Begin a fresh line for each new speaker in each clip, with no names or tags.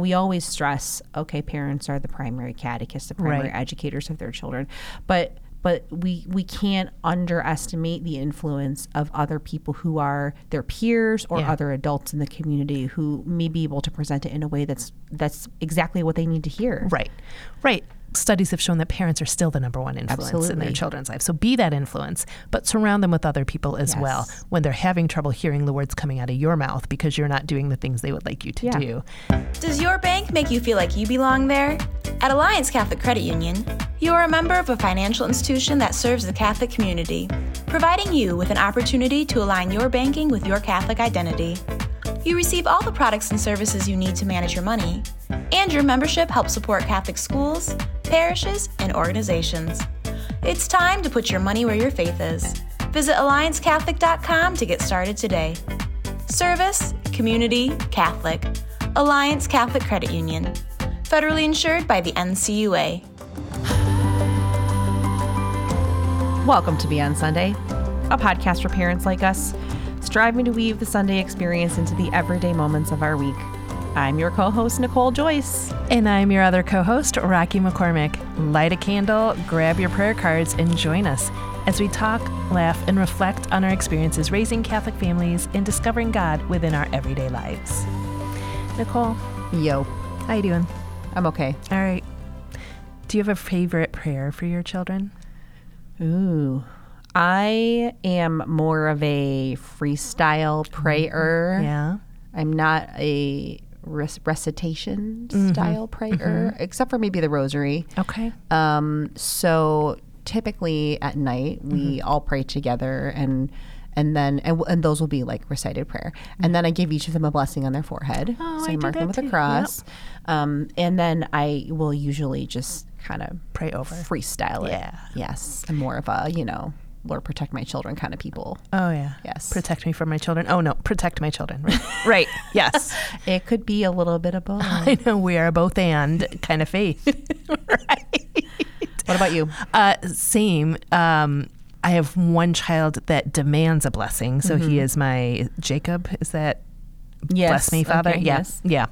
We always stress, okay, parents are the primary catechists, the primary
Right.
educators of their children, but but we we can't underestimate the influence of other people who are their peers or
Yeah.
other adults in the community who may be able to present it in a way that's that's exactly what they need to hear.
Right. Right. Studies have shown that parents are still the number one influence in their
Absolutely.
children's life. So be that influence, but surround them with other people as well
Yes.
when they're having trouble hearing the words coming out of your mouth because you're not doing the things they would like you to
Yeah.
do.
Does your bank make you feel like you belong there? At Alliance Catholic Credit Union, you are a member of a financial institution that serves the Catholic community, providing you with an opportunity to align your banking with your Catholic identity. You receive all the products and services you need to manage your money, and your membership helps support Catholic schools, parishes, and organizations. It's time to put your money where your faith is. Visit AllianceCatholic.com to get started today. Service, Community, Catholic. Alliance Catholic Credit Union. Federally insured by the NCUA.
Welcome to Beyond Sunday, a podcast for parents like us, striving to weave the Sunday experience into the everyday moments of our week. I'm your co host, Nicole Joyce.
And I'm your other co host, Rocky McCormick. Light a candle, grab your prayer cards, and join us as we talk, laugh, and reflect on our experiences raising Catholic families and discovering God within our everyday lives. Nicole,
Yo,
how you doing?
I'm okay.
All right. Do you have a favorite prayer for your children?
Ooh. I am more of a freestyle prayer.
Mm-hmm. Yeah.
I'm not a rec- recitation
Mm-hmm.
style prayer, except for maybe the rosary.
Okay.
Um, so typically at night we
Mm-hmm.
all pray together and and then and, and those will be like recited prayer. And then I give each of them a blessing on their forehead.
Mm-hmm. Oh,
so
I
I,
do
mark
that
them with
too.
a cross. Um, and then I will usually just kind of
Pray over.
freestyle it.
Yeah.
Yes. I'm more of a, you know, Lord protect my children kind of people.
Oh yeah.
Yes.
Protect me from my children. Oh no, protect my children. Right. right. Yes.
It could be a little bit of both.
I know we are both and kind of faith.
what about you?
Uh, same. Um, I have one child that demands a blessing, so he is my Jacob. Is that
Yes.
bless me, Father?
Okay,
Yeah. Yeah.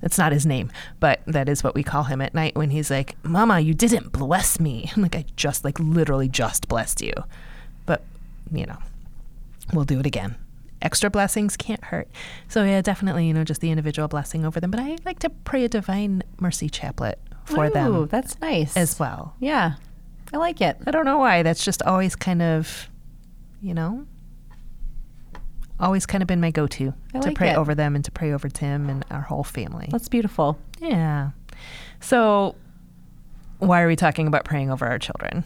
That's not his name, but that is what we call him at night when he's like, "Mama, you didn't bless me." I'm like, "I just like literally just blessed you," but you know, we'll do it again. Extra blessings can't hurt. So yeah, definitely, you know, just the individual blessing over them. But I like to pray a divine mercy chaplet for
Ooh,
them
that's nice.
as well.
yeah. I like it.
I don't know why. That's just always kind of, you know, always kind of been my go-to
I
to
like
pray
it.
over them and to pray over Tim and our whole family.
That's beautiful.
yeah. So, why are we talking about praying over our children?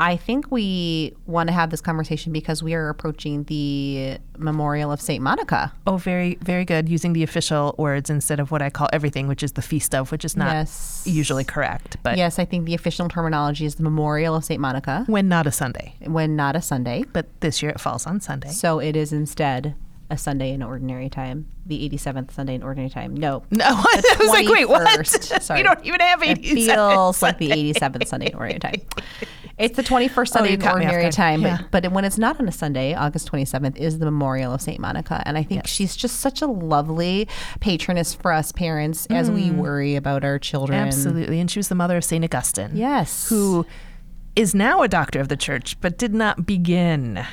I think we want to have this conversation because we are approaching the memorial of Saint Monica.
Oh, very, very good. Using the official words instead of what I call everything, which is the feast of, which is not
Yes.
usually correct, but
Yes, I think the official terminology is the memorial of Saint Monica
when not a Sunday.
when not a Sunday.
But this year it falls on Sunday.
So it is instead a Sunday in ordinary time, the 87th Sunday in ordinary time. No.
No, I was like, wait, what?
21st. Sorry.
We don't even have
It
87.
feels like the 87th Sunday in ordinary time. It's the 21st Sunday
Oh, you
in
caught me off
ordinary
guard.
time,
Yeah.
but, but when it's not on a Sunday, August 27th is the memorial of St. Monica. And I think she's just such a lovely patroness for us parents as
Mm.
we worry about our children.
Absolutely. And she was the mother of St. Augustine.
Yes.
who is now a doctor of the church, but did not begin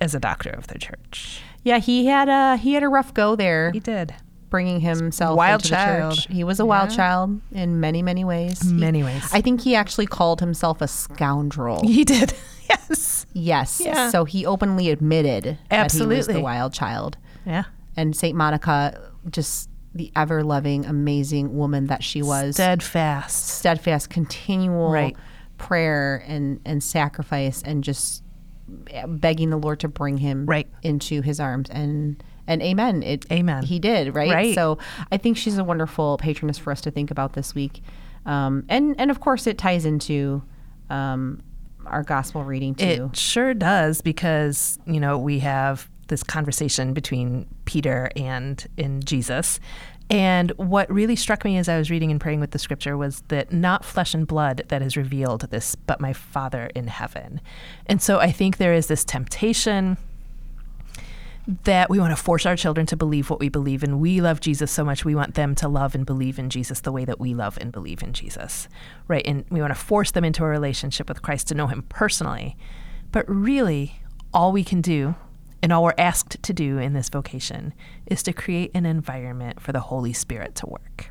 as a doctor of the church.
Yeah, he had a he had a rough go there
He did.
bringing himself
Wild
into
child.
the church. He was a wild child in many, many ways. He-
Many ways.
I think he actually called himself a scoundrel.
He did. yes.
Yes.
Yeah.
So he openly admitted that he was
Absolutely.
the wild child.
Yeah.
and Saint Monica, just the ever loving, amazing woman that she was,
Steadfast.
steadfast, continual
Right.
prayer and and sacrifice, and just eh, begging the Lord to bring him
Right.
into His arms and. And amen. It,
Amen.
He did right?
Right.
So I think she's a wonderful patroness for us to think about this week, um, and and of course it ties into um, our gospel reading too.
It sure does because, you know, we have this conversation between Peter and in Jesus. And what really struck me as I was reading and praying with the scripture was that not flesh and blood that has revealed this, but my Father in heaven. And so I think there is this temptation that we want to force our children to believe what we believe in. We love Jesus so much, we want them to love and believe in Jesus the way that we love and believe in Jesus, right? And we want to force them into a relationship with Christ to know Him personally. But really, all we can do and all we're asked to do in this vocation is to create an environment for the Holy Spirit to work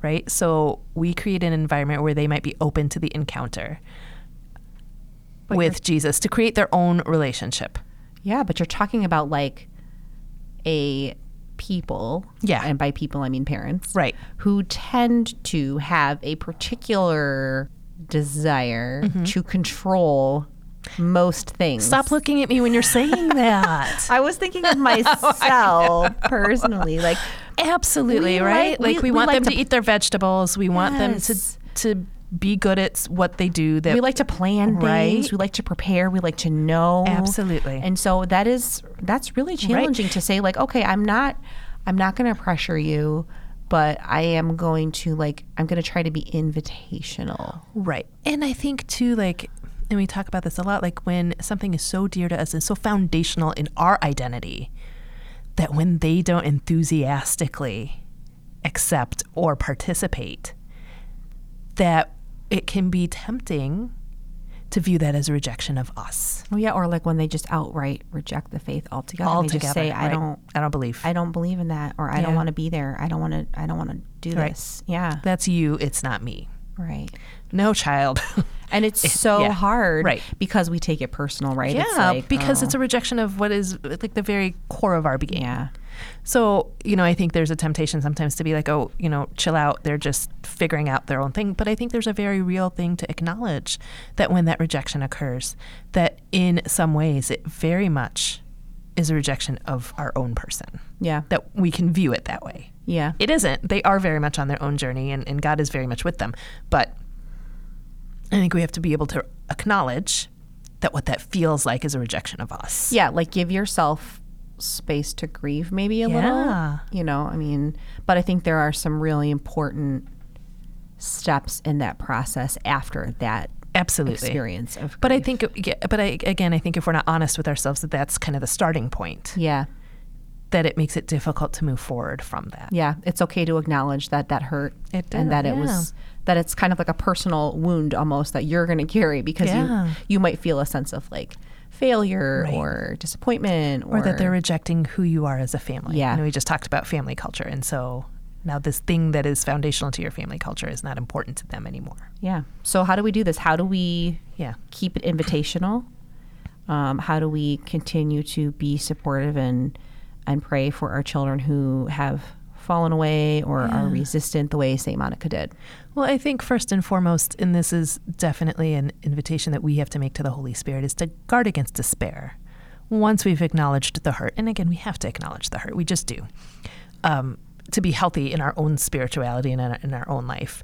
right? So we create an environment where they might be open to the encounter with Jesus to create their own relationship.
Yeah, but you're talking about like a people.
Yeah.
And by people, I mean parents.
Right.
Who tend to have a particular desire to control most things.
Stop looking at me when you're saying that.
I was thinking of myself personally. Like,
Absolutely,
We like-
right? Like
we- we
we, want
like
them to,
to-
eat their vegetables. We want
Yes.
them to to be good at s- what they do. That
we like to plan things.
Right.
We like to prepare. We like to know.
Absolutely.
And so that is that's really challenging to say like, okay, I'm not I'm not going to pressure you, but I am going to like I'm going to try to be invitational.
Right. And I think too, like, and we talk about this a lot, like when something is so dear to us and so foundational in our identity that when they don't enthusiastically accept or participate, that it can be tempting to view that as a rejection of us
Well, yeah, or like when they just outright reject the faith altogether. They
altogether.
just say I
right?
don't
I don't believe.
I don't believe in that or I don't
Yeah.
want to be there. I don't want to I don't want to do
Right.
this. Yeah.
That's you. It's not me.
Right.
No child.
And it's so
yeah,
hard
right.
because we take it personal, right?
yeah,
it's like,
because
oh,
it's a rejection of what is like the very core of our being.
yeah.
So, you know, I think there's a temptation sometimes to be like, oh, you know, chill out. They're just figuring out their own thing. But I think there's a very real thing to acknowledge that when that rejection occurs, that in some ways it very much is a rejection of our own person,
Yeah.
that we can view it that way.
Yeah.
It isn't. They are very much on their own journey and, and God is very much with them. But I think we have to be able to acknowledge that what that feels like is a rejection of us.
yeah like give yourself space to grieve maybe a
Yeah.
little you know i mean but i think there are some really important steps in that process after that
Absolutely.
experience of
But I
grief.
think, yeah, but I, again, I think if we're not honest with ourselves, that that's kind of the starting point.
yeah
That it makes it difficult to move forward from that.
yeah it's okay to acknowledge that that hurt
It
and
did,
that it
yeah.
was that it's kind of like a personal wound almost that you're going to carry because
Yeah.
you you might feel a sense of like failure or disappointment or,
Or, that they're rejecting who you are as a family.
Yeah.
And we just talked about family culture, and so now this thing that is foundational to your family culture is not important to them anymore.
yeah so how do we do this how do we
Yeah.
keep it invitational? Um, how do we continue to be supportive and and pray for our children who have fallen away or are resistant the way Saint Monica did?
Well, I think first and foremost, and this is definitely an invitation that we have to make to the Holy Spirit, is to guard against despair. Once we've acknowledged the hurt, and again, we have to acknowledge the hurt, we just do, um, to be healthy in our own spirituality and in our, in our own life,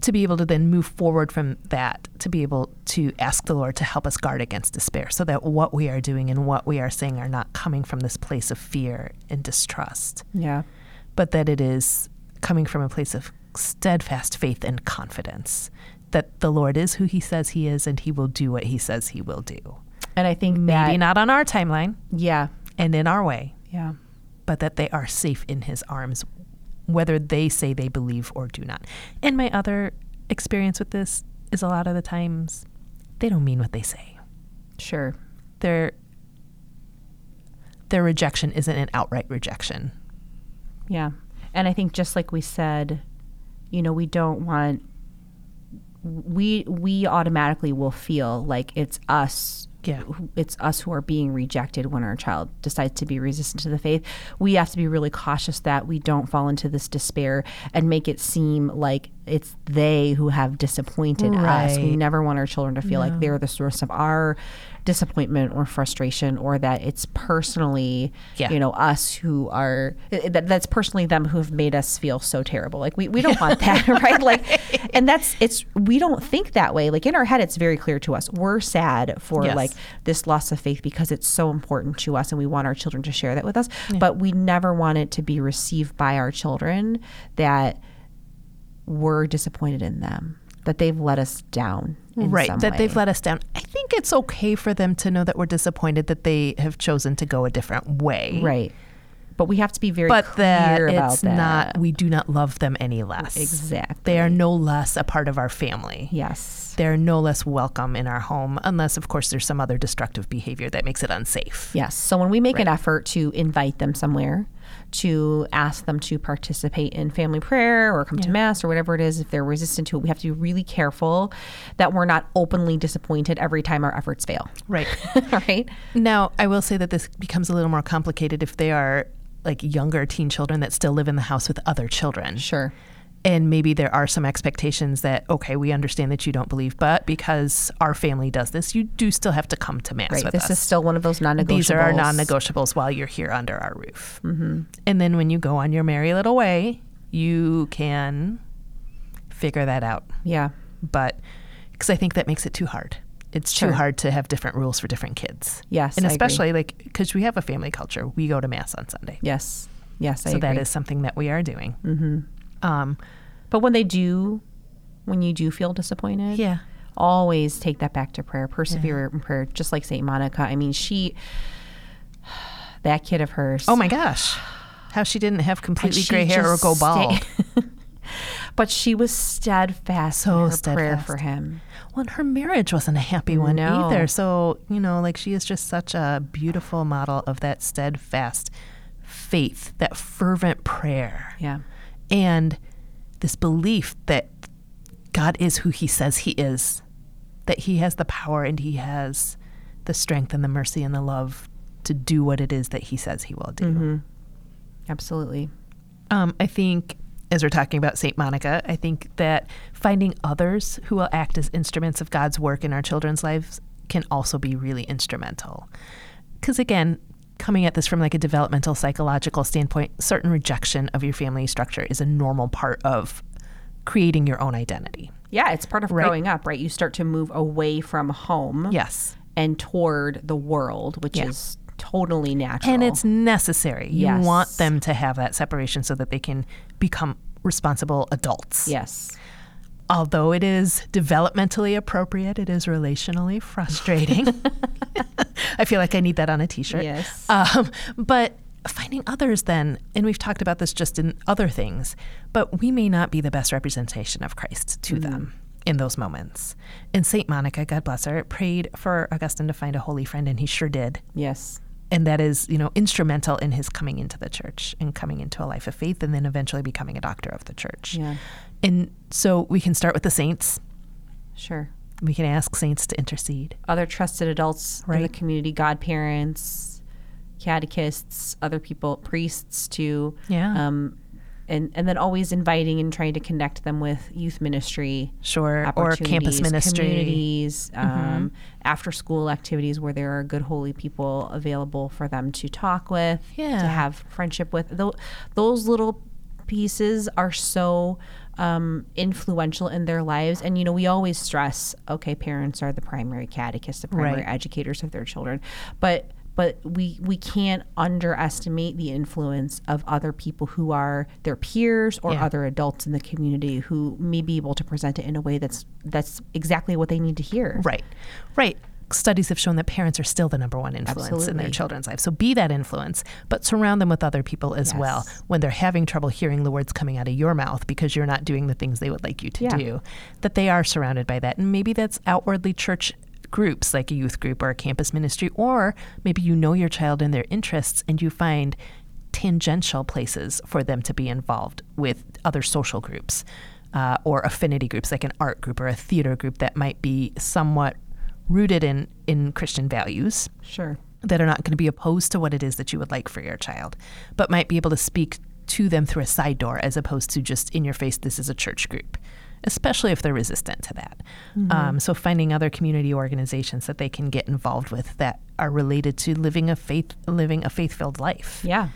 to be able to then move forward from that, to be able to ask the Lord to help us guard against despair so that what we are doing and what we are saying are not coming from this place of fear and distrust
Yeah,
but that it is coming from a place of steadfast faith and confidence that the Lord is who he says he is and he will do what he says he will do.
and I think
Maybe
that
not on our timeline
yeah,
and in our way,
yeah,
but that they are safe in his arms, whether they say they believe or do not. And my other experience with this is a lot of the times they don't mean what they say.
sure,
Their their rejection isn't an outright rejection.
yeah, and I think just like we said, you know, we don't want we we automatically will feel like it's us
Yeah.
who- it's us who are being rejected when our child decides to be resistant to the faith. We have to be really cautious that we don't fall into this despair and make it seem like it's they who have disappointed us. We
Right.
never want our children to feel like they're the source of our disappointment or frustration or that it's personally
Yeah.
you know us who are i- that, that's personally them who have made us feel so terrible like we, we don't want that right like and that's it's we don't think that way like in our head it's very clear to us we're sad for
Yes.
like this loss of faith because it's so important to us and we want our children to share that with us but we never want it to be received by our children that we're disappointed in them that they've let us down. in
right
some
that they've
way.
let us down i think it's okay for them to know that we're disappointed that they have chosen to go a different way
Right. But we have to be very
but that
clear about
it's
that.
not we do not love them any less
exactly.
they are no less a part of our family
Yes.
they're no less welcome in our home unless of course there's some other destructive behavior that makes it unsafe
Yes. So when we make an effort to invite them somewhere, to ask them to participate in family prayer or come to mass or whatever it is, if they're resistant to it, we have to be really careful that we're not openly disappointed every time our efforts fail.
right
right?
Now, I will say that this becomes a little more complicated if they are like younger teen children that still live in the house with other children.
Sure.
And maybe there are some expectations that, okay, we understand that you don't believe, but because our family does this, you do still have to come to Mass
Right.
with
This
us.
is still one of those non negotiables.
These are our non negotiables while you're here under our roof. Mm-hmm. And then when you go on your merry little way, you can figure that out.
Yeah.
But because I think that makes it too hard. It's
Sure.
too hard to have different rules for different kids.
Yes.
and
I agree.
especially like because we have a family culture we go to mass on sunday
Yes. Yes. I
so that
agree.
is something that we are doing mm-hmm. um,
But when they do, when you do feel disappointed,
Yeah.
always take that back to prayer. Persevere in prayer, just like Saint Monica. I mean, she, that kid of hers.
oh my gosh how she didn't have completely
she
gray hair or
just
go bald
stay- but she was steadfast
So
in her prayer
steadfast.
for him.
well and her marriage wasn't a happy one
No.
either so you know like she is just such a beautiful model of that steadfast faith that fervent prayer
Yeah.
and this belief that God is who he says he is, that he has the power and he has the strength and the mercy and the love to do what it is that he says he will do.
Absolutely.
Um, I think, as we're talking about St. Monica, I think that finding others who will act as instruments of God's work in our children's lives can also be really instrumental. Because again, coming at this from like a developmental psychological standpoint, certain rejection of your family structure is a normal part of creating your own identity.
Yeah, it's part of growing up, right? You start to move away from home
Yes.
and toward the world, which is totally natural.
And it's necessary. You
Yes.
want them to have that separation so that they can become responsible adults.
yes.
although it is developmentally appropriate, it is relationally frustrating. I feel like I need that on a t shirt.
Yes.
Um, but finding others then, and we've talked about this just in other things, but we may not be the best representation of Christ to them in those moments. And St. Monica, God bless her, prayed for Augustine to find a holy friend, and he sure did
Yes.
and that is you know instrumental in his coming into the church and coming into a life of faith and then eventually becoming a doctor of the church
Yeah.
and so we can start with the saints
Sure.
we can ask saints to intercede
other trusted adults in the
Right.
community, godparents, catechists, other people, priests too.
Yeah.
Um, and and then always inviting and trying to connect them with youth ministry,
sure or campus
opportunities,
ministry Mm-hmm.
communities, um, after school activities where there are good holy people available for them to talk with,
Yeah.
to have friendship with. Tho- those little pieces are so um, influential in their lives. And, you know, we always stress okay, parents are the primary catechists, the primary
Right.
educators of their children. But but we, we can't underestimate the influence of other people who are their peers or
Yeah.
other adults in the community who may be able to present it in a way that's that's exactly what they need to hear.
right right studies have shown that parents are still the number one influence in their
Absolutely.
children's lives so be that influence but surround them with other people as well
Yes.
when they're having trouble hearing the words coming out of your mouth because you're not doing the things they would like you to
Yeah.
do that they are surrounded by that and maybe that's outwardly church groups like a youth group or a campus ministry or maybe you know your child and their interests and you find tangential places for them to be involved with other social groups uh, or affinity groups like an art group or a theater group that might be somewhat rooted in in christian values
Sure.
that are not going to be opposed to what it is that you would like for your child, but might be able to speak to them through a side door as opposed to just in your face, this is a church group, especially if they're resistant to that. Um, so, finding other community organizations that they can get involved with that are related to living a faith living a faith filled life.
Yeah.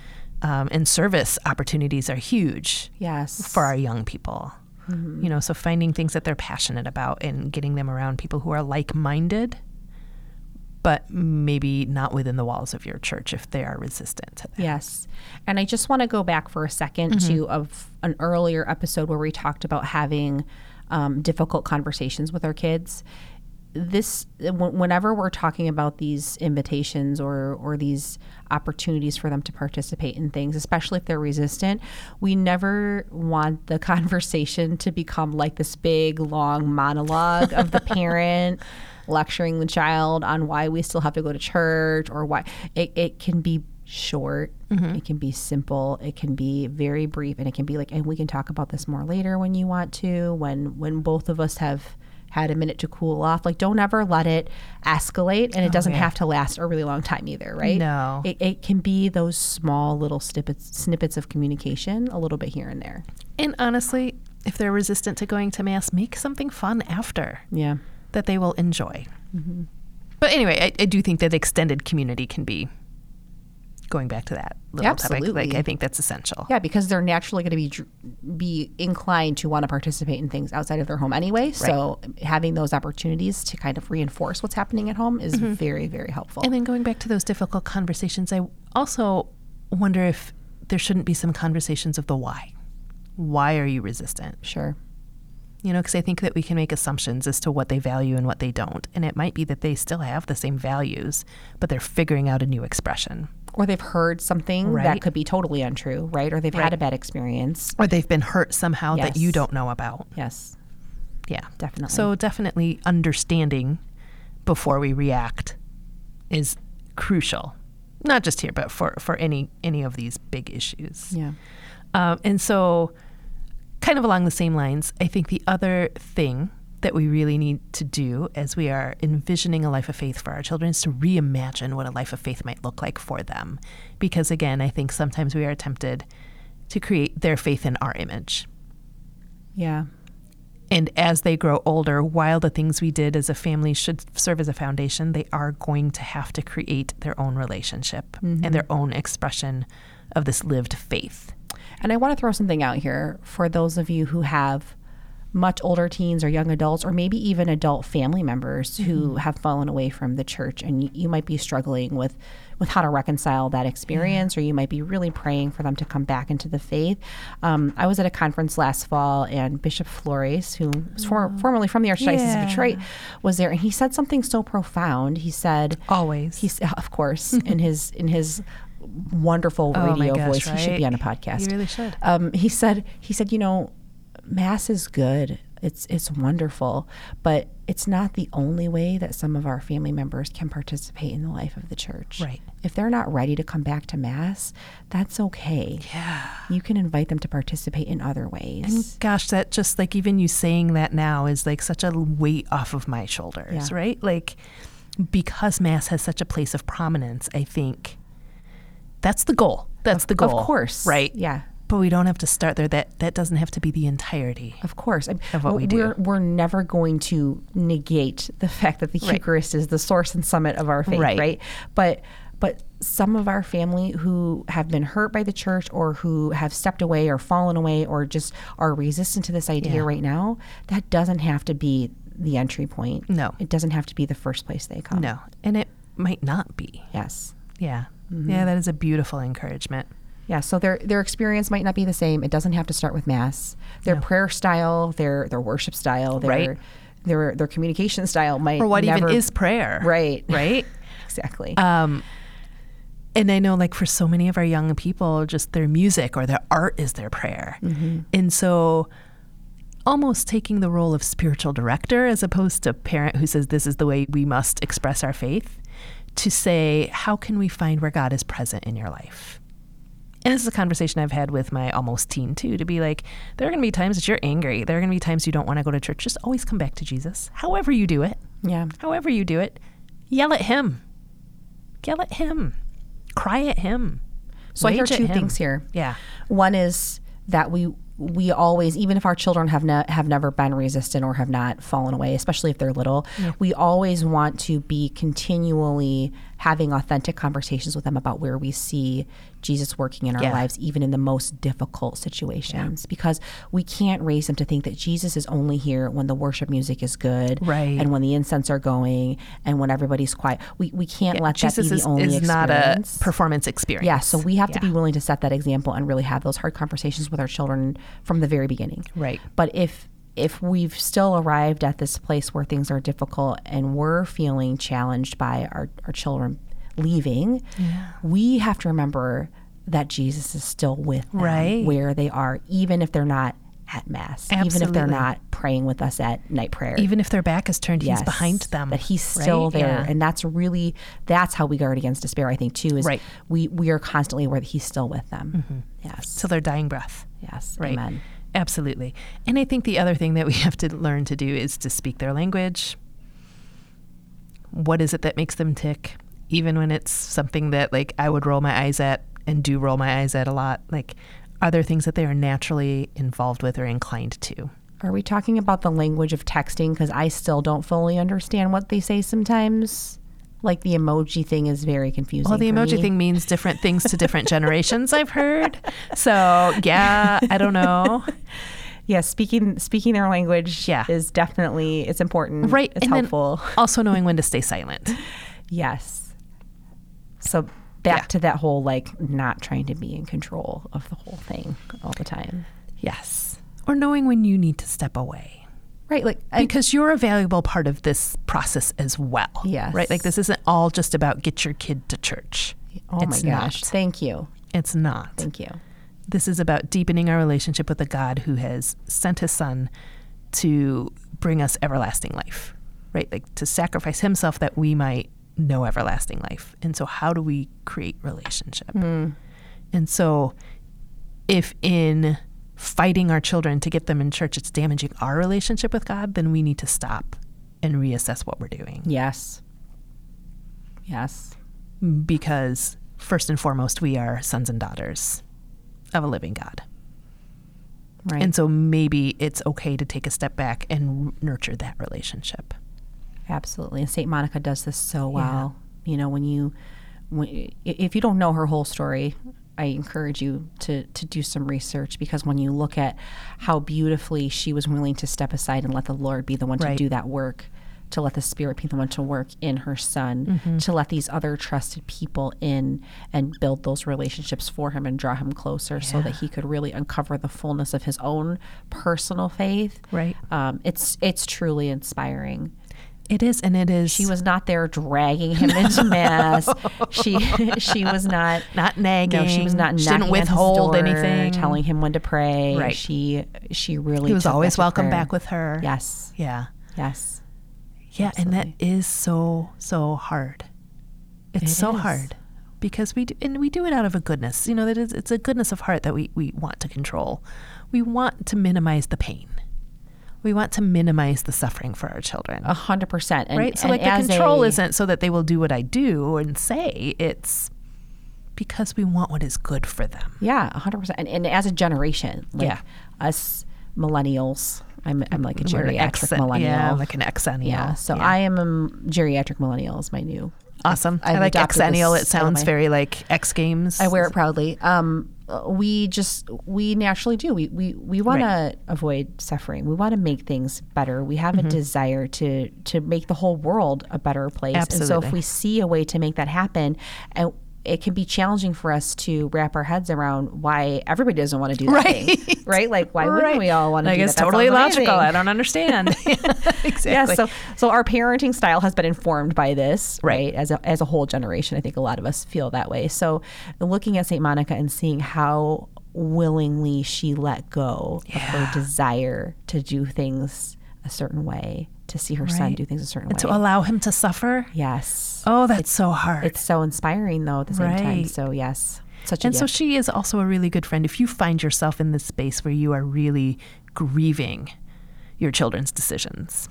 Um, and service opportunities are huge
Yes. Mm-hmm.
for our young people. You know, so finding things that they're passionate about and getting them around people who are like minded, but maybe not within the walls of your church if they are resistant to that.
Yes. And I just want to go back for a 2nd to of an earlier episode where we talked about having um, difficult conversations with our kids. This, w- whenever we're talking about these invitations or or these opportunities for them to participate in things, especially if they're resistant, we never want the conversation to become like this big long monologue of the parent lecturing the child on why we still have to go to church or why it, it can be short it can be simple it can be very brief and it can be like and we can talk about this more later when you want to when when both of us have had a minute to cool off like don't ever let it escalate and it doesn't have to last a really long time either right
No.
it, it can be those small little snippets snippets of communication a little bit here and there
And honestly, if they're resistant to going to mass, make something fun after
yeah
that they will enjoy.
Mm-hmm.
But anyway, I, I do think that extended community can be going back to that little topic. Like
Absolutely.
I think that's essential.
yeah because they're naturally going to be dr- be inclined to want to participate in things outside of their home anyway so having those opportunities to kind of reinforce what's happening at home is very very helpful
Mm-hmm. And then going back to those difficult conversations, I also wonder if there shouldn't be some conversations of the why. Why are you resistant?
sure
You know, because I think that we can make assumptions as to what they value and what they don't. And it might be that they still have the same values, but they're figuring out a new expression.
or they've heard something
Right.
that could be totally untrue right or they've had a bad experience
Or they've been hurt somehow that you
Yes.
don't know about.
yes
Yeah.
definitely
So definitely understanding before we react is crucial. Not just here, but for, for any any of these big issues.
yeah
Um, and so, kind of along the same lines, I think the other thing that we really need to do as we are envisioning a life of faith for our children is to reimagine what a life of faith might look like for them. Because again, I think sometimes we are tempted to create their faith in our image.
yeah
And as they grow older, while the things we did as a family should serve as a foundation, they are going to have to create their own relationship and their own expression of this lived faith.
And I want to throw something out here for those of you who have much older teens or young adults, or maybe even adult family members who have fallen away from the church, and you, you might be struggling with with how to reconcile that experience, or you might be really praying for them to come back into the faith. Um, I was at a conference last fall, and Bishop Flores, who was for, formerly from the Archdiocese
Yeah.
of Detroit, was there, and he said something so profound. He said,
Always.
he's of course in his in his wonderful
Oh my
radio
gosh,
voice. He should be on
right?
a podcast.
You really should.
Um, he said he said you know, mass is good. It's it's wonderful, but it's not the only way that some of our family members can participate in the life of the church.
Right.
If they're not ready to come back to mass, that's okay.
Yeah.
You can invite them to participate in other ways.
Gosh, that just like even you saying that now is like such a weight off of my shoulders,
Yeah.
right? Like because mass has such a place of prominence, I think that's the goal. That's the goal.
of course.
Right.
Yeah.
But we don't have to start there. That that doesn't have to be the entirety.
Of course. I mean,
Of what we do.
We're, we're never going to negate the fact that the Eucharist is the source and summit of our faith,
Right.
right? But but some of our family who have been hurt by the church or who have stepped away or fallen away or just are resistant to this idea right now, that doesn't have to be the entry point.
No.
It doesn't have to be the first place they come.
No. And it might not be.
Yes.
Yeah. Mm-hmm. Yeah, that is a beautiful encouragement.
Yeah, so their their experience might not be the same. It doesn't have to start with mass. Their prayer style, their their worship style, their
Right.
their their communication style might
Or what
never,
even is prayer?
right
Right?
exactly
Um, and I know, like, for so many of our young people, just their music or their art is their prayer. And so, almost taking the role of spiritual director as opposed to parent who says, This is the way we must express our faith, to say, How can we find where God is present in your life? And this is a conversation I've had with my almost teen too to be like, there are going to be times that you're angry. There are going to be times you don't want to go to church. Just always come back to Jesus, however you do it
yeah
however you do it, yell at him. Yell at him. Cry at him.
so i hear
Rage at
two
him.
things here
Yeah.
one is that we we always even if our children have not have never been resistant or have not fallen away especially if they're little we always want to be continually having authentic conversations with them about where we see jesus working in our
Yeah.
lives even in the most difficult situations because we can't raise them to think that jesus is only here when the worship music is good
Right.
and when the incense are going and when everybody's quiet we, we can't let that
Jesus
be the
is,
only
is
experience
not a performance experience.
yeah, so we have to
Yeah.
be willing to set that example and really have those hard conversations with our children from the very beginning.
Right.
But if if we've still arrived at this place where things are difficult and we're feeling challenged by our, our children leaving, we have to remember that Jesus is still with them
Right.
where they are, even if they're not at Mass, even if they're
Absolutely.
not praying with us at night prayer.
Even if their back is turned,
Yes,
he's behind them.
That he's
right?
still there,
Yeah.
and that's really that's how we guard against despair. I think too is
Right.
we we are constantly aware that he's still with them. Yes,
Till their dying breath.
yes,
Right.
amen.
Absolutely. And I think the other thing that we have to learn to do is to speak their language. What is it that makes them tick? Even when it's something that like I would roll my eyes at and do roll my eyes at a lot, like are there things that they are naturally involved with or inclined to?
Are we talking about the language of texting? Because I still don't fully understand what they say sometimes. Like the emoji thing is very confusing.
Well, the
for
emoji
me.
thing means different things to different generations, I've heard. So, yeah, I don't know.
yeah, speaking speaking their language,
Yeah.
is definitely it's important.
Right.
it's
and then
helpful.
also knowing when to stay silent.
Yes. So back
Yeah.
to that whole like not trying to be in control of the whole thing all the time.
Yes. Or knowing when you need to step away.
Right, like
because you're a valuable part of this process as well.
Yes.
Right? Like this isn't all just about get your kid to church.
Oh
It's
my gosh.
not.
Thank you.
It's not.
Thank you.
This is about deepening our relationship with the God who has sent his son to bring us everlasting life. Right? Like to sacrifice himself that we might know everlasting life. And so how do we create relationship? And so if in fighting our children to get them in church it's damaging our relationship with God, then we need to stop and reassess what we're doing.
Yes. Yes.
because first and foremost we are sons and daughters of a living god
Right.
and so maybe it's okay to take a step back and r- nurture that relationship
Absolutely. And St. Monica does this so well. You know, when you, when, i- if you don't know her whole story, I encourage you to, to do some research because when you look at how beautifully she was willing to step aside and let the Lord be the one to
Right.
do that work, to let the Spirit be the one to work in her son,
Mm-hmm.
to let these other trusted people in and build those relationships for him and draw him closer so that he could really uncover the fullness of his own personal faith.
Right.
Um, it's it's truly inspiring.
it is and it is
She was not there dragging him into mass. She she was not
not nagging
no, she was not
she didn't
knocking at his
withhold
door,
anything
telling him when to pray.
Right.
She she really
he was
took
always
that to
welcome
prayer.
back with her
Yes.
yeah
Yes.
yeah and that is so so hard it's
It
so
is.
hard because we do, and we do it out of a goodness you know that is it's a goodness of heart that we we want to control we want to minimize the pain we want to minimize the suffering for our children
A hundred percent. And-
right so
and
like the
as
control
a-
isn't so that they will do what i do and say it's because we want what is good for them
Yeah, a hundred percent. And and as a generation, like
Yeah.
us millennials. I'm I'm like a
We're an
geriatric
exen-
millennial.
yeah like an exennial
Yeah, So
Yeah.
I am a m- geriatric millennial is my new
awesome i
I've
like
adopted this
exennial it
out of
sounds
my-
very like x games
I wear it proudly. Um, uh, we just we naturally do. We we, we want to avoid suffering. We want to make things better. We have
Mm-hmm.
a desire to to make the whole world a better place. And so
Absolutely.
if we see a way to make that happen, and it can be challenging for us to wrap our heads around why everybody doesn't want to do that thing, right? Like why wouldn't we all want to?
like
do
it's
that? That
totally
sounds
logical
amazing.
i don't understand exactly
Yeah, so so our parenting style has been informed by this, right?
Right.
As a, as a whole generation, I think a lot of us feel that way. So looking at Saint Monica and seeing how willingly she let go of her desire to do things a certain way, to see her son
Right.
do things a certain
and
way.
to allow him to suffer
yes,
oh that's so hard
it's so inspiring though at the same time.
Right.
So yes, such a
and so
gift.
she is also a really good friend if you find yourself in this space where you are really grieving your children's decisions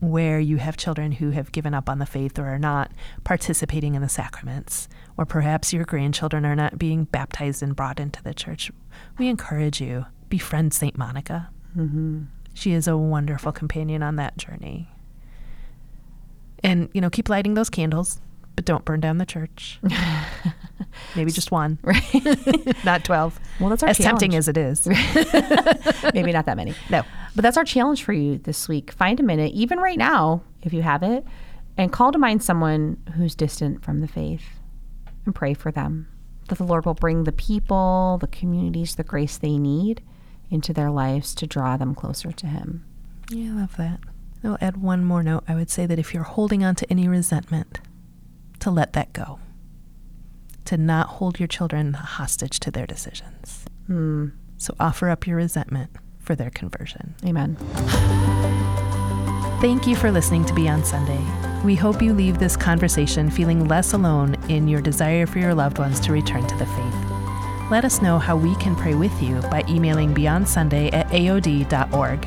where you have children who have given up on the faith or are not participating in the sacraments or perhaps your grandchildren are not being baptized and brought into the church we encourage you befriend saint monica
Mm-hmm.
she is a wonderful companion on that journey and you know keep lighting those candles but don't burn down the church maybe just one not 12
Well, that's our
as tempting
challenge.
as it is
Maybe not that many.
no
But that's our challenge for you this week. Find a minute, even right now, if you have it, and call to mind someone who's distant from the faith and pray for them. That the Lord will bring the people, the communities, the grace they need into their lives to draw them closer to Him.
Yeah, I love that. I'll add one more note. I would say that if you're holding on to any resentment, to let that go. To not hold your children hostage to their decisions. So offer up your resentment for their conversion.
Amen.
Thank you for listening to Beyond Sunday. We hope you leave this conversation feeling less alone in your desire for your loved ones to return to the faith. Let us know how we can pray with you by emailing beyondsunday at aod.org.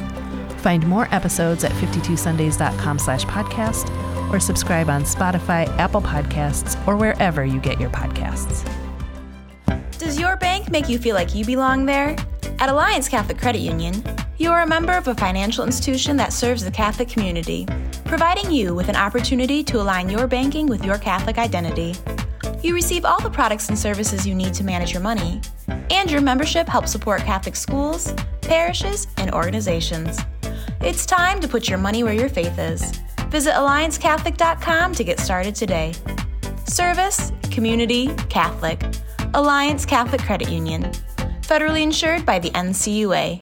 Find more episodes at 52sundays.com slash podcast or subscribe on Spotify, Apple Podcasts, or wherever you get your podcasts.
Does your bank make you feel like you belong there? At Alliance Catholic Credit Union, you are a member of a financial institution that serves the Catholic community, providing you with an opportunity to align your banking with your Catholic identity. You receive all the products and services you need to manage your money, and your membership helps support Catholic schools, parishes, and organizations. It's time to put your money where your faith is. Visit AllianceCatholic.com to get started today. Service, Community, Catholic. Alliance Catholic Credit Union. Federally insured by the NCUA.